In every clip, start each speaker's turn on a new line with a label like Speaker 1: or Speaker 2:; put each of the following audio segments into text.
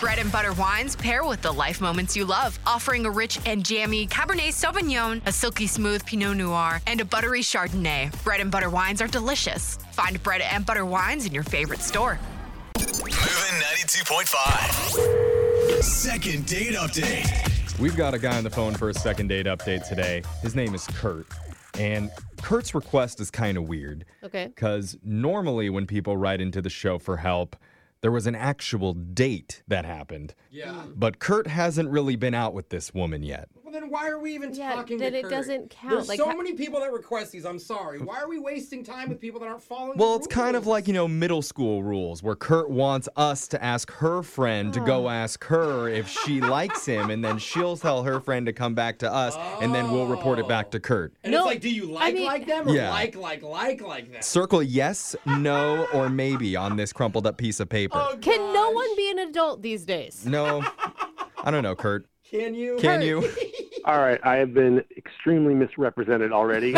Speaker 1: Bread and butter wines pair with the life moments you love, offering a rich and jammy Cabernet Sauvignon, a silky smooth Pinot Noir, and a buttery Chardonnay. Bread and butter wines are delicious. Find bread and butter wines in your favorite store.
Speaker 2: Moving 92.5. Second date update.
Speaker 3: We've got a guy on the phone for a second date update today. His name is Kurt. And Kurt's request is kind of weird
Speaker 4: Okay.
Speaker 3: because normally when people write into the show for help, there was an actual date that happened. Yeah. But Kurt hasn't really been out with this woman yet.
Speaker 5: Well, then why are we even
Speaker 4: Yeah,
Speaker 5: talking
Speaker 4: then
Speaker 5: to
Speaker 4: it
Speaker 5: Kurt?
Speaker 4: doesn't count,
Speaker 5: There's
Speaker 4: like
Speaker 5: so
Speaker 4: how-
Speaker 5: many people that request these. I'm sorry. Why are we wasting time with people that aren't following?
Speaker 3: Well,
Speaker 5: the
Speaker 3: it's kind of
Speaker 5: rules?
Speaker 3: like, you know, middle school rules where Kurt wants us to ask her friend to go ask her if she likes him, and then she'll tell her friend to come back to us, and then we'll report it back to Kurt.
Speaker 5: And
Speaker 4: No,
Speaker 5: it's like, do you like
Speaker 4: mean-
Speaker 5: like them or
Speaker 3: Yeah.
Speaker 5: like like like like them?
Speaker 3: Circle yes, no, or maybe on this crumpled up piece of paper.
Speaker 5: Oh,
Speaker 4: Can no one be an adult these days?
Speaker 3: No. I don't know, Kurt.
Speaker 5: Can you?
Speaker 3: Can you?
Speaker 6: All right, I have been extremely misrepresented already.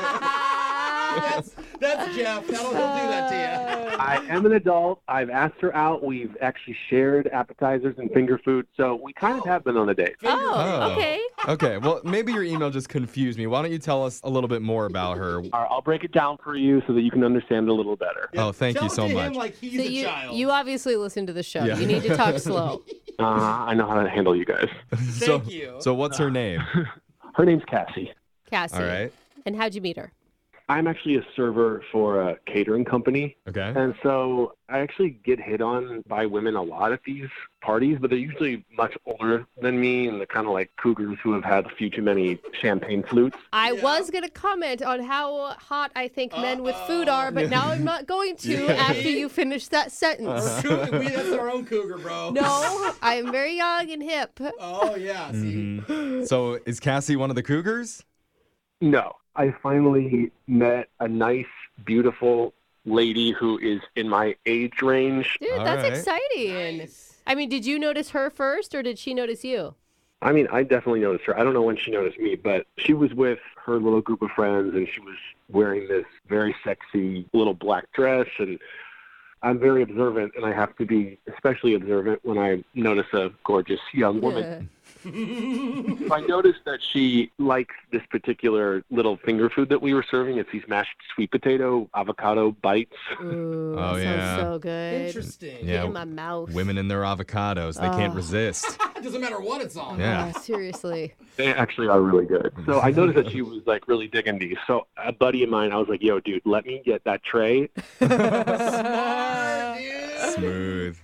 Speaker 5: that's, that's Jeff. That'll he'll do that to you.
Speaker 4: Uh,
Speaker 6: I am an adult. I've asked her out. We've actually shared appetizers and finger food, so we kind of have been on a date.
Speaker 4: Oh,
Speaker 3: Oh.
Speaker 4: okay.
Speaker 3: Okay, well, maybe your email just confused me. Why don't you tell us a little bit more about her?
Speaker 6: All right, I'll break it down for you so that you can understand it a little better.
Speaker 3: Oh, thank
Speaker 5: Tell
Speaker 3: you
Speaker 5: it
Speaker 3: so
Speaker 5: to
Speaker 3: much.
Speaker 5: Him like he's
Speaker 4: So
Speaker 5: a
Speaker 4: you,
Speaker 5: child.
Speaker 4: you obviously listen to the show.
Speaker 3: Yeah.
Speaker 4: You need to talk slow.
Speaker 6: Uh, I know how to handle you guys.
Speaker 3: so,
Speaker 5: Thank you.
Speaker 3: So, what's her name?
Speaker 6: Her name's Cassie.
Speaker 4: Cassie.
Speaker 3: All right.
Speaker 4: And how'd you meet her?
Speaker 6: I'm actually a server for a catering company,
Speaker 3: Okay.
Speaker 6: and so I actually get hit on by women a lot at these parties, but they're usually much older than me, and they're kind of like cougars who have had a few too many champagne flutes.
Speaker 4: I
Speaker 5: Yeah.
Speaker 4: was going to comment on how hot I think men with food are, but now I'm not going to
Speaker 3: Yeah. Uh-huh.
Speaker 4: after you finish that sentence.
Speaker 5: Cougar- we, that's our own cougar, bro.
Speaker 4: No, I am very young and hip.
Speaker 5: Oh yeah. See.
Speaker 3: Mhm. So, is Cassie one of the Cougars?
Speaker 6: No. I finally met a nice, beautiful lady who is in my age range.
Speaker 4: Dude,
Speaker 3: All
Speaker 4: that's
Speaker 3: right.
Speaker 4: exciting.
Speaker 5: Nice.
Speaker 4: I mean, did you notice her first or did she notice you?
Speaker 6: I mean, I definitely noticed her. I don't know when she noticed me, but she was with her little group of friends and she was wearing this very sexy little black dress and I'm very observant and I have to be especially observant when I notice a gorgeous young woman. So I noticed that she likes this particular little finger food that we were serving. It's these mashed sweet potato avocado bites.
Speaker 4: Yeah. Ooh,
Speaker 3: Oh,
Speaker 4: that
Speaker 3: yeah.
Speaker 4: sounds so good.
Speaker 5: Interesting.
Speaker 3: Yeah.
Speaker 4: Get in my mouth.
Speaker 3: Women and their avocados, they can't
Speaker 4: Oh.
Speaker 3: resist.
Speaker 5: It doesn't matter what it's on.
Speaker 3: Yeah.
Speaker 4: Oh, seriously.
Speaker 6: They Eh, actually are really good. So I noticed that she was like really digging these. So a buddy of mine, I was like, "Yo, dude, let me get that tray."
Speaker 5: Smart,
Speaker 4: Uh,
Speaker 5: dude.
Speaker 3: Smooth.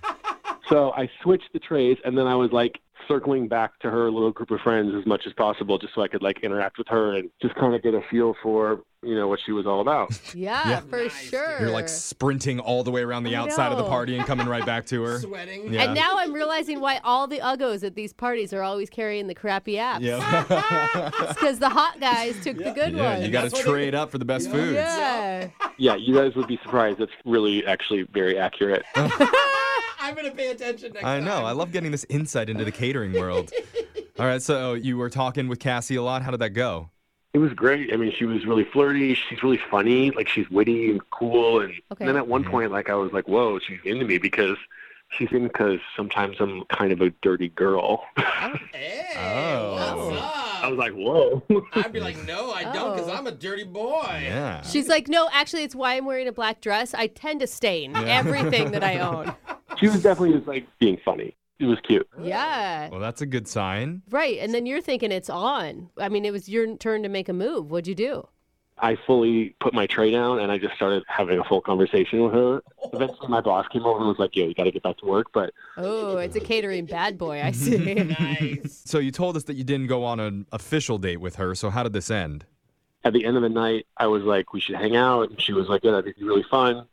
Speaker 6: So I switched the trays, and then I was like circling back to her little group of friends as much as possible, just so I could like interact with her and just kind of get a feel for you know what she was all about.
Speaker 4: Yeah,
Speaker 3: Yeah.
Speaker 4: for
Speaker 5: Nice, dude.
Speaker 4: sure.
Speaker 3: You're like sprinting all the way around the
Speaker 4: I
Speaker 3: outside of the
Speaker 4: know.
Speaker 3: party and coming right back to her.
Speaker 5: Sweating.
Speaker 3: Yeah.
Speaker 4: And now I'm realizing why all the uggos at these parties are always carrying the crappy apps.
Speaker 3: Yeah.
Speaker 4: It's because the hot guys took the good
Speaker 3: yeah,
Speaker 4: ones.
Speaker 3: you got
Speaker 5: That's
Speaker 3: to
Speaker 5: what they-
Speaker 3: trade up for the best foods.
Speaker 4: yeah.
Speaker 6: yeah, you guys would be surprised. That's really actually very accurate.
Speaker 5: I'm gonna pay attention next
Speaker 3: I
Speaker 5: time.
Speaker 3: know. I love getting this insight into the catering world. All right, so you were talking with Cassie a lot. How did that go?
Speaker 6: It was great. I mean, she was really flirty. She's really funny. Like she's witty and cool. And
Speaker 4: Okay.
Speaker 6: then at one point, like I was like, "Whoa, she's into me," because she's in because sometimes I'm kind of a dirty girl.
Speaker 5: Hey,
Speaker 3: Oh.
Speaker 5: what's up?
Speaker 6: I was like, "Whoa."
Speaker 5: I'd be like, no, I don't, because
Speaker 4: Oh.
Speaker 5: I'm a dirty boy.
Speaker 3: Yeah.
Speaker 4: She's like, no, actually, it's why I'm wearing a black dress. I tend to stain everything that I own.
Speaker 6: she was definitely just like being funny. It was cute.
Speaker 4: yeah.
Speaker 3: Well, that's a good sign.
Speaker 4: Right. And then you're thinking it's on. I mean, it was your turn to make a move. What'd you do?
Speaker 6: I fully put my tray down and I just started having a full conversation with her. Eventually, my boss came over and was like, "Yo, you got to get back to work." But
Speaker 4: Oh, it's a catering bad boy. I see.
Speaker 5: Nice.
Speaker 3: So you told us that you didn't go on an official date with her. So how did this end?
Speaker 6: at the end of the night, I was like, "We should hang out," and she was like, "Yeah, that'd be really fun."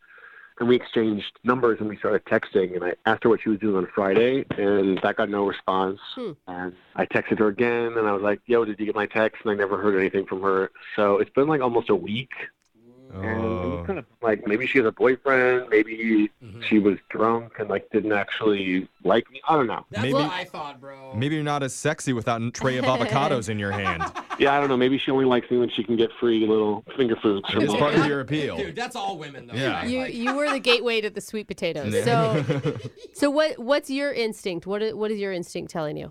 Speaker 6: And we exchanged numbers and we started texting. And I asked her what she was doing on Friday, and that got no response.
Speaker 4: Hmm.
Speaker 6: And I texted her again, and I was like, "Yo, did you get my text?" And I never heard anything from her. So it's been like almost a week. And it
Speaker 3: Oh. Mm-hmm.
Speaker 6: was kind of like maybe she has a boyfriend, maybe she was drunk and like didn't actually like me. I don't know.
Speaker 5: That's
Speaker 3: Maybe-
Speaker 5: what I thought, bro.
Speaker 3: Maybe you're not as sexy without a tray of avocados in your hand.
Speaker 6: Yeah, I don't know. Maybe she only likes me when she can get free little finger foods from
Speaker 3: It's
Speaker 6: me.
Speaker 3: part of your appeal.
Speaker 5: Dude, that's all women though.
Speaker 3: Yeah.
Speaker 5: right?
Speaker 4: You
Speaker 5: Like,
Speaker 4: you were the gateway to the sweet potatoes.
Speaker 3: Yeah.
Speaker 4: So so what what's your instinct? What i- what is your instinct telling you?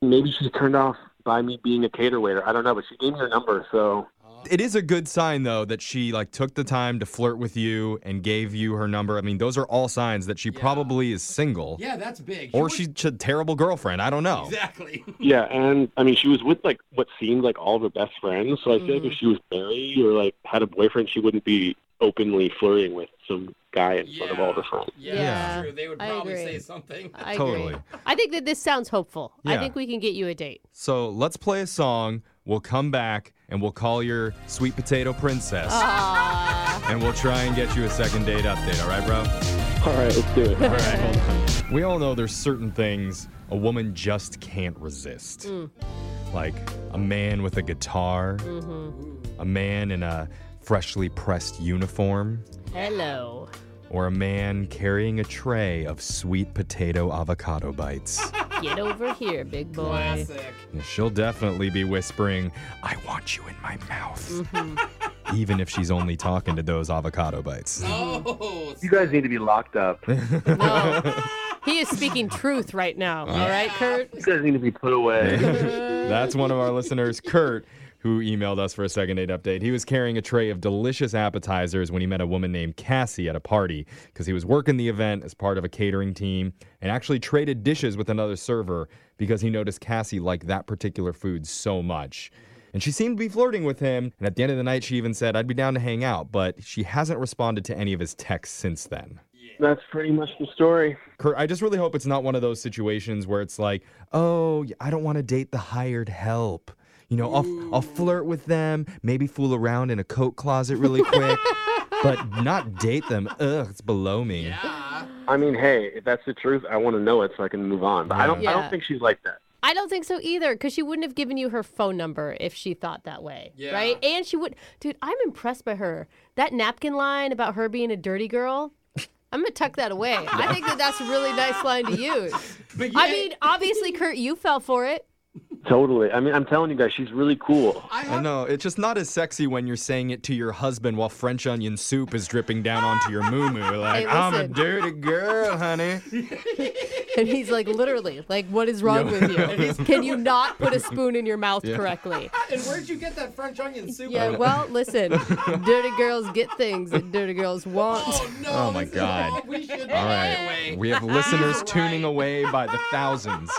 Speaker 6: Maybe she's turned off by me being a cater waiter. I don't know, but she gave me her number, so
Speaker 3: it is a good sign though that she like took the time to flirt with you and gave you her number. I mean, those are all signs that she probably is single
Speaker 5: yeah, that's big.
Speaker 3: or
Speaker 5: was-
Speaker 3: she's a terrible girlfriend. I don't know.
Speaker 5: exactly.
Speaker 6: yeah. And I mean, she was with like what seemed like all of her best friends. So I feel like
Speaker 5: Mm-hmm.
Speaker 6: if she was married or like had a boyfriend, she wouldn't be openly flirting with some guy in front of all her friends.
Speaker 5: Yeah,
Speaker 4: Yeah.
Speaker 5: that's true. They would
Speaker 4: I
Speaker 5: probably
Speaker 4: agree.
Speaker 5: say something.
Speaker 4: I agree.
Speaker 3: Totally.
Speaker 4: I think that this sounds hopeful. I
Speaker 3: Yeah.
Speaker 4: think we can get you a date.
Speaker 3: So let's play a song. We'll come back and we'll call your sweet potato princess. And we'll try and get you a second date update. All right, bro?
Speaker 6: All right, let's do it.
Speaker 3: We all know there's certain things a woman just can't resist. Like a man with a guitar, a man in a freshly pressed uniform,
Speaker 4: Hello.
Speaker 3: or a man carrying a tray of sweet potato avocado bites.
Speaker 4: Get over here, big boy.
Speaker 5: Classic.
Speaker 3: And She'll definitely be whispering, I want you in my mouth. Even if she's only talking to those avocado bites.
Speaker 5: Oh,
Speaker 6: You guys need to be locked up. You
Speaker 4: No. he is speaking truth right now. All right, Kurt?
Speaker 6: guys need to be put away.
Speaker 3: That's one of our listeners, Kurt, who emailed us for a second date update. He was carrying a tray of delicious appetizers when he met a woman named Cassie at a party because he was working the event as part of a catering team and actually traded dishes with another server because he noticed Cassie liked that particular food so much. And she seemed to be flirting with him. And at the end of the night, she even said, I'd be down to hang out. But she hasn't responded to any of his texts since then.
Speaker 6: That's pretty much the story.
Speaker 3: Kurt, I just really hope it's not one of those situations where it's like, oh, y- I don't want to date the hired help. You know, I'll, I'll flirt with them, maybe fool around in a coat closet really quick, but not date them. Ugh, it's below me.
Speaker 5: yeah.
Speaker 6: I mean, hey, if that's the truth, I want to know it so I can move on. But I don't. I
Speaker 4: Yeah.
Speaker 6: don't think she's like that.
Speaker 4: I don't think so either, because she wouldn't have given you her phone number if she thought that way,
Speaker 5: Yeah.
Speaker 4: right? And she would, dude. I'm impressed by her. That napkin line about her being a dirty girl. I'm gonna tuck that away. I think that that's a really nice line to use.
Speaker 5: But yeah,
Speaker 4: I mean, obviously, Kurt, you fell for it.
Speaker 6: Totally. I mean, I'm telling you guys, she's really cool.
Speaker 5: I
Speaker 3: I
Speaker 5: have
Speaker 3: know, it's just not as sexy when you're saying it to your husband while French onion soup is dripping down onto your moo moo. Like,
Speaker 4: Hey,
Speaker 3: I'm a
Speaker 4: listen.
Speaker 3: dirty girl, honey.
Speaker 4: And he's like, literally, like, what is wrong with you? Can you not put a spoon in your mouth correctly?
Speaker 5: And where'd you get that French onion soup?
Speaker 4: Yeah. Well, listen, dirty girls get things that dirty girls want.
Speaker 5: Oh no!
Speaker 3: Oh, my
Speaker 5: this is
Speaker 3: God.
Speaker 5: wrong. We should
Speaker 3: All right.
Speaker 5: away.
Speaker 3: We have listeners
Speaker 5: Right.
Speaker 3: tuning away by the thousands.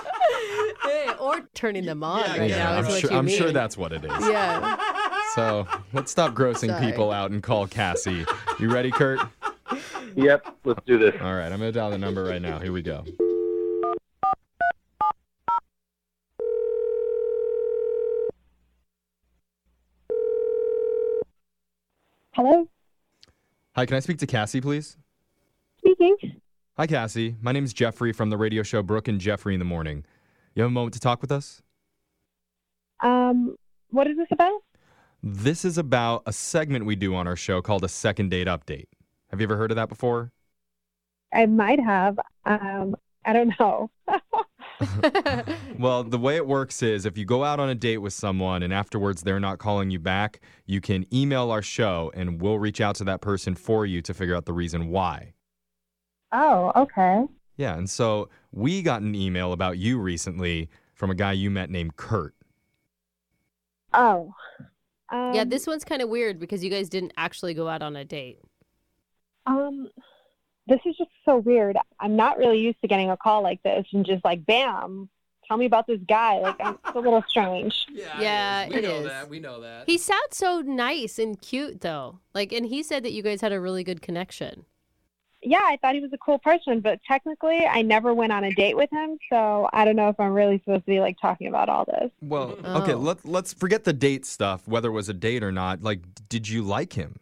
Speaker 4: Hey, or turning them on
Speaker 5: Yeah,
Speaker 4: right
Speaker 5: yeah,
Speaker 4: now
Speaker 3: I'm,
Speaker 4: is what
Speaker 3: sure,
Speaker 4: you
Speaker 3: I'm
Speaker 4: mean.
Speaker 3: sure that's what it is.
Speaker 4: Yeah.
Speaker 3: So let's stop grossing
Speaker 4: Sorry.
Speaker 3: people out and call Cassie. You ready, Kurt? All
Speaker 6: Yep. Let's do this.
Speaker 3: right, I'm gonna dial the number right now. Here we go.
Speaker 7: Hello,
Speaker 3: Hi, can I speak to Cassie, please?
Speaker 7: speaking.
Speaker 3: Hi, Cassie. My name's Jeffrey from the radio show Brooke and Jeffrey in the Morning. You have a moment to talk with us?
Speaker 7: Um, what is this about?
Speaker 3: This is about a segment we do on our show called a second date update. Have you ever heard of that before?
Speaker 7: I might have. Um, I don't know.
Speaker 3: Well, the way it works is if you go out on a date with someone and afterwards they're not calling you back, you can email our show and we'll reach out to that person for you to figure out the reason why.
Speaker 7: Oh, okay.
Speaker 3: Yeah, and so we got an email about you recently from a guy you met named Kurt.
Speaker 7: Oh, um,
Speaker 4: yeah, this one's kind of weird because you guys didn't actually go out on a date.
Speaker 7: Um, this is just so weird. I'm not really used to getting a call like this and just like, bam, tell me about this guy. Like, I'm, it's a little strange.
Speaker 5: Yeah.
Speaker 4: Yeah,
Speaker 5: We
Speaker 4: it
Speaker 5: know
Speaker 4: is.
Speaker 5: that. We know that.
Speaker 4: He sounds so nice and cute though. Like and he said that you guys had a really good connection.
Speaker 7: Yeah, I thought he was a cool person, but technically, I never went on a date with him, so I don't know if I'm really supposed to be like talking about all this.
Speaker 3: Well, okay,
Speaker 4: Oh.
Speaker 3: let, let's forget the date stuff, whether it was a date or not. Like, did you like him?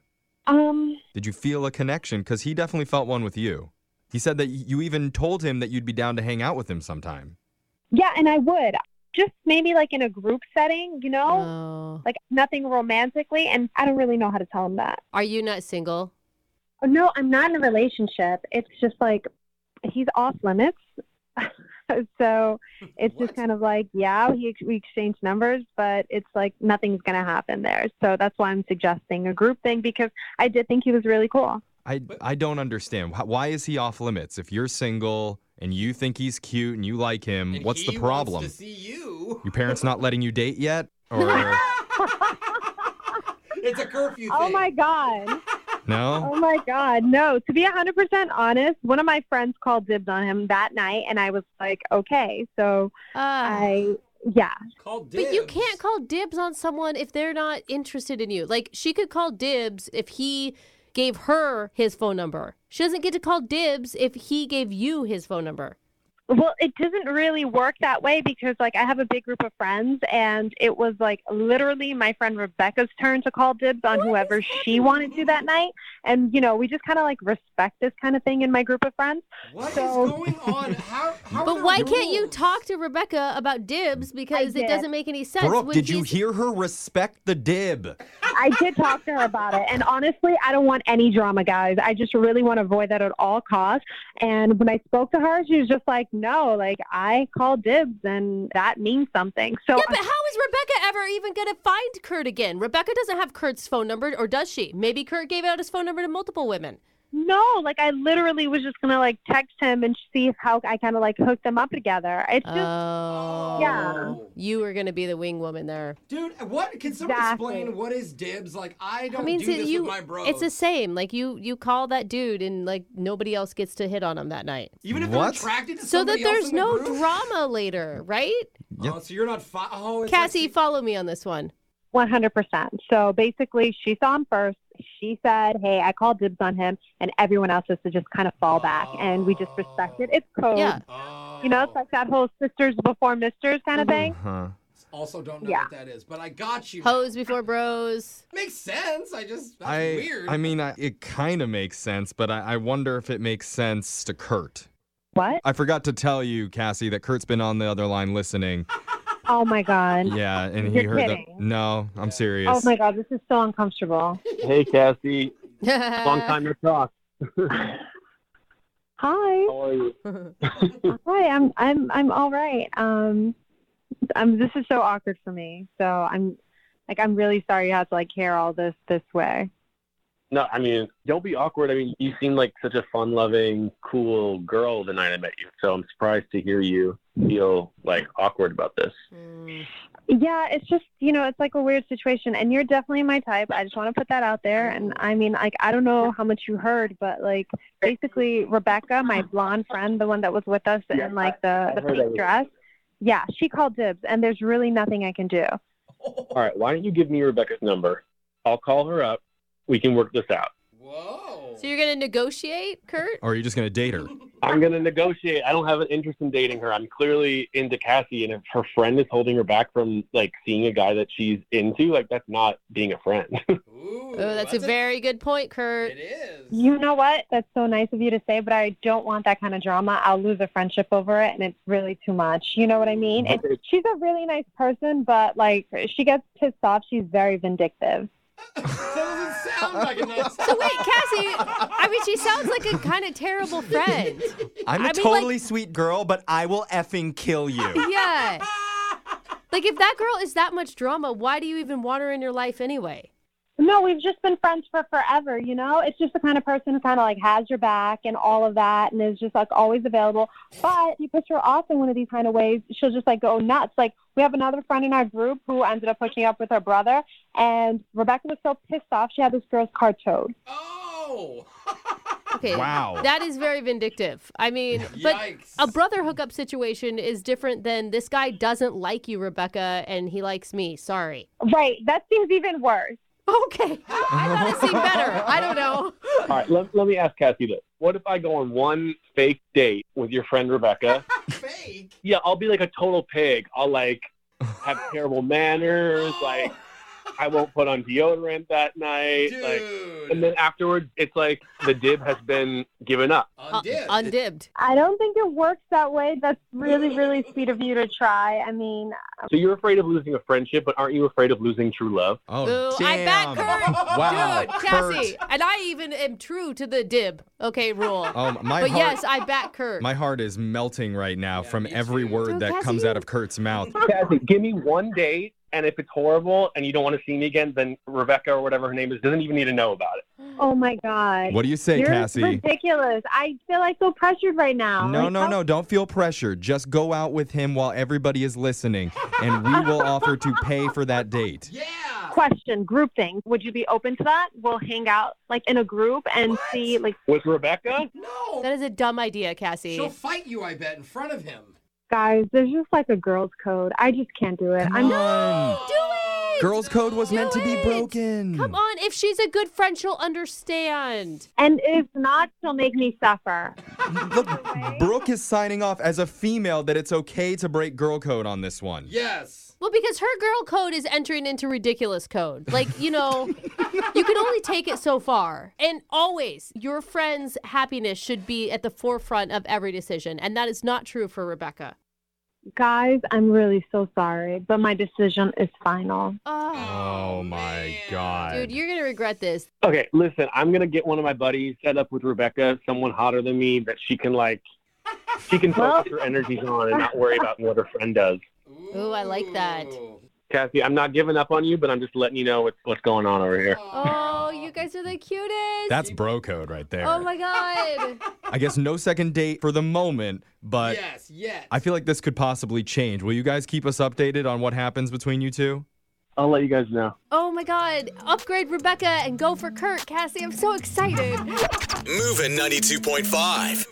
Speaker 7: Um,
Speaker 3: Did you feel a connection? Because he definitely felt one with you. He said that you even told him that you'd be down to hang out with him sometime.
Speaker 7: Yeah, and I would. just maybe like in a group setting, you know?
Speaker 4: Oh.
Speaker 7: Like nothing romantically. And I don't really know how to tell him that.
Speaker 4: Are you not single?
Speaker 7: Oh, no, I'm not in a relationship. It's just like he's off limits. so it's just kind of like, yeah, he, we exchange numbers, but it's like nothing's going to happen there. So that's why I'm suggesting a group thing because I did think he was really cool.
Speaker 3: I, I don't understand. Wh- Why is he off limits? If you're single and you think he's cute and you like him,
Speaker 5: And
Speaker 3: what's
Speaker 5: he
Speaker 3: the
Speaker 5: Wants
Speaker 3: problem?
Speaker 5: to see you.
Speaker 3: Your parents not letting you date yet? Or
Speaker 5: It's a curfew
Speaker 7: Oh
Speaker 5: thing.
Speaker 7: my God.
Speaker 3: no?
Speaker 7: Oh my God. No, to be 100% honest, one of my friends called dibs on him that night, and I was like, okay. So
Speaker 4: Uh,
Speaker 7: Oh. I, yeah.
Speaker 5: Call dibs.
Speaker 4: But you can't call dibs on someone if they're not interested in you. Like she could call dibs if he gave her his phone number. She doesn't get to call dibs if he gave you his phone number.
Speaker 7: Well, it doesn't really work that way because, like, I have a big group of friends, and it was like literally my friend Rebecca's turn to call dibs on whoever she wanted to that night. And, you know, we just kind of like respect this kind of thing in my group of friends.
Speaker 5: What is
Speaker 7: So-
Speaker 5: going on? How? how are
Speaker 4: But
Speaker 5: the
Speaker 3: Oh.
Speaker 4: why can't you
Speaker 5: rules?
Speaker 4: talk to Rebecca about dibs because it
Speaker 7: did.
Speaker 4: doesn't make any sense?
Speaker 3: Brooke,
Speaker 4: when
Speaker 3: did you
Speaker 4: he's-
Speaker 3: hear her respect the dib?
Speaker 7: I did talk to her about it, and honestly, I don't want any drama, guys. I just really want to avoid that at all costs. And when I spoke to her, she was just like, "No, like I call dibs, and that means something." So
Speaker 4: Yeah, but how is Rebecca ever even going to find Kurt again? Rebecca doesn't have Kurt's phone number, or does she? Maybe Kurt gave out his phone number to multiple women.
Speaker 7: no, like I literally was just gonna like text him and see how I kind of like hook them up together. It's just
Speaker 4: Oh.
Speaker 7: Yeah.
Speaker 4: You were going to be the wing woman there.
Speaker 5: Dude, what? Can someone
Speaker 7: Exactly.
Speaker 5: explain what is dibs? Like, I
Speaker 4: That
Speaker 5: don't
Speaker 4: means
Speaker 5: do
Speaker 4: that
Speaker 5: this
Speaker 4: you,
Speaker 5: with my bros.
Speaker 4: it's the same. Like you, you call that dude, and like nobody else gets to hit on him that night,
Speaker 5: Even if
Speaker 3: What?
Speaker 5: they're attracted to
Speaker 4: so that
Speaker 5: somebody else
Speaker 4: there's
Speaker 5: in the
Speaker 4: no
Speaker 5: group?
Speaker 4: drama later, right?
Speaker 3: Yep.
Speaker 5: Oh, so you're not. Fi- oh, it's like-
Speaker 4: Cassie, follow me on this one.
Speaker 7: One hundred percent. So basically, she saw him first. She said, "Hey, I called dibs on him," and everyone else has to just kind of fall back, and we just respect it. It's code.
Speaker 4: Yeah.
Speaker 5: Oh.
Speaker 7: You know, it's like that whole sisters before misters kind of thing.
Speaker 3: Huh.
Speaker 5: Also, don't know
Speaker 7: Yeah.
Speaker 5: what that is, but I got you.
Speaker 4: Hoes before bros.
Speaker 5: Makes sense. I just. That's
Speaker 3: I,
Speaker 5: weird.
Speaker 3: I mean, I, it kind of makes sense, but I, I wonder if it makes sense to Kurt.
Speaker 4: Mm-hmm.
Speaker 7: What?
Speaker 3: I forgot to tell you, Cassie, that Kurt's been on the other line listening.
Speaker 7: Oh my god.
Speaker 3: Yeah, and he
Speaker 7: You're
Speaker 3: heard that.
Speaker 7: kidding.
Speaker 3: No, I'm serious.
Speaker 7: Oh my god, this is so uncomfortable.
Speaker 6: Hey, Cassie. Long time no talk.
Speaker 7: Hi.
Speaker 6: How are you?
Speaker 7: Hi, I'm I'm I'm all right. Um I'm this is so awkward for me. So I'm like I'm really sorry you have to like hear all this this way.
Speaker 6: No, I mean, don't be awkward. I mean, you seem like such a fun loving, cool girl the night I met you. So I'm surprised to hear you feel like awkward about this.
Speaker 4: Mm.
Speaker 7: Yeah, it's just, you know, it's like a weird situation and you're definitely my type. I just want to put that out there and I mean, like I don't know how much you heard, but like basically Rebecca, my blonde friend, the one that was with us
Speaker 6: Yeah,
Speaker 7: in like the,
Speaker 6: Uh, I
Speaker 7: the
Speaker 6: heard that
Speaker 7: pink
Speaker 6: was-
Speaker 7: dress. Yeah, she called dibs and there's really nothing I can do.
Speaker 6: All right, why don't you give me Rebecca's number? I'll call her up. We can work this out.
Speaker 5: Whoa.
Speaker 4: So you're gonna negotiate, Kurt?
Speaker 3: Or are you just going to date her?
Speaker 6: I'm going to negotiate. I don't have an interest in dating her. I'm clearly into Cassie, and if her friend is holding her back from like seeing a guy that she's into, like that's not being a friend.
Speaker 5: Ooh,
Speaker 4: Oh, that's, a very good point, Kurt.
Speaker 5: It is.
Speaker 7: You know what? That's so nice of you to say, but I don't want that kind of drama. I'll lose a friendship over it, and it's really too much. You know what I mean? And
Speaker 6: Okay.
Speaker 7: she's a really nice person, but like she gets pissed off. She's very vindictive.
Speaker 5: That doesn't sound like a nice.
Speaker 4: So wait, Cassie. I mean, she sounds like a kind of terrible friend.
Speaker 3: I'm
Speaker 4: I
Speaker 3: a
Speaker 4: mean, like-
Speaker 3: totally sweet girl, but I will effing kill you.
Speaker 4: Yeah. Like if that girl is that much drama, why do you even want her in your life anyway?
Speaker 7: No, we've just been friends for forever. You know, it's just the kind of person who kind of like has your back and all of that, and is just like always available. But you push her off in one of these kind of ways, she'll just like go nuts. Like we have another friend in our group who ended up hooking up with her brother, and Rebecca was so pissed off she had this girl's car towed.
Speaker 5: Oh.
Speaker 4: Okay.
Speaker 3: Wow.
Speaker 4: That is very vindictive. I mean, but
Speaker 5: Yikes.
Speaker 4: a brother hookup situation is different than this guy doesn't like you, Rebecca, and he likes me. Sorry.
Speaker 7: Right. That seems even worse.
Speaker 4: Okay. I thought it seemed better. I don't know.
Speaker 6: All right, let, let me ask Cassie this. What if I go on one fake date with your friend Rebecca?
Speaker 5: Fake.
Speaker 6: yeah, I'll be like a total pig. I'll like have terrible manners, like I won't put on deodorant that night. Like,
Speaker 5: Dude.
Speaker 6: and then afterwards, it's like the dib has been given up.
Speaker 4: Uh,
Speaker 5: Undid.
Speaker 4: Undibbed.
Speaker 7: I don't think it works that way. That's really, really sweet of you to try. I mean,
Speaker 6: So you're afraid of losing a friendship, but aren't you afraid of losing true love?
Speaker 3: Oh,
Speaker 4: Ooh, I
Speaker 3: damn.
Speaker 4: bet Kurt.
Speaker 3: Wow,
Speaker 4: Dude, Cassie.
Speaker 3: Kurt.
Speaker 4: And I even am true to the dib, okay, rule.
Speaker 3: Oh, my
Speaker 4: but
Speaker 3: heart,
Speaker 4: yes, I back Kurt.
Speaker 3: my heart is melting right now
Speaker 5: Yeah,
Speaker 3: from
Speaker 5: me
Speaker 3: every
Speaker 5: too.
Speaker 3: word
Speaker 4: Dude,
Speaker 3: that
Speaker 4: Cassie,
Speaker 3: comes out
Speaker 4: you-
Speaker 3: of Kurt's mouth.
Speaker 6: Cassie, give me one date, and if it's horrible and you don't want to see me again, then Rebecca or whatever her name is doesn't even need to know about it.
Speaker 7: oh my God.
Speaker 3: What do you say,
Speaker 7: You're
Speaker 3: Cassie?
Speaker 7: ridiculous. I feel like so pressured right now.
Speaker 3: No,
Speaker 7: Like,
Speaker 3: no,
Speaker 7: how-
Speaker 3: no. Don't feel pressured. Just go out with him while everybody is listening, and we will offer to pay for that date.
Speaker 5: Yeah.
Speaker 7: Question, group thing. Would you be open to that? We'll hang out like in a group and
Speaker 5: What?
Speaker 7: see like
Speaker 6: With Rebecca?
Speaker 5: No.
Speaker 4: that is a dumb idea, Cassie.
Speaker 5: She'll fight you, I bet, in front of him.
Speaker 7: guys, there's just like a girls code. I just can't do it.
Speaker 3: Come
Speaker 7: I'm
Speaker 3: on.
Speaker 4: Do it!
Speaker 3: Girls' code was
Speaker 4: Do
Speaker 3: meant to be
Speaker 4: it!
Speaker 3: broken.
Speaker 4: Come on, if she's a good friend, she'll understand.
Speaker 7: and if not, she'll make me suffer.
Speaker 3: Look, Brooke is signing off as a female that it's okay to break girl code on this one.
Speaker 5: Yes.
Speaker 4: Well, because her girl code is entering into ridiculous code. Like, you know, you can only take it so far. And always, your friend's happiness should be at the forefront of every decision. And that is not true for Rebecca.
Speaker 7: Guys, I'm really so sorry, but my decision is final.
Speaker 4: Oh,
Speaker 3: Oh my god.
Speaker 4: dude, you're going to regret this.
Speaker 6: Okay, listen, I'm going to get one of my buddies set up with Rebecca, someone hotter than me that she can, like, she can focus her energies on and not worry about what her friend does.
Speaker 4: Ooh, I like that.
Speaker 5: Ooh.
Speaker 6: Cassie, I'm not giving up on you, but I'm just letting you know what's, what's going on over here.
Speaker 4: Oh, you guys are the cutest.
Speaker 3: That's bro code right there.
Speaker 4: Oh my God.
Speaker 3: I guess no second date for the moment, but
Speaker 5: yes, yes.
Speaker 3: I feel like this could possibly change. Will you guys keep us updated on what happens between you two?
Speaker 6: I'll let you guys know.
Speaker 4: Oh my God. Upgrade Rebecca and go for Kurt. Cassie, I'm so excited.
Speaker 2: Moving 92.5.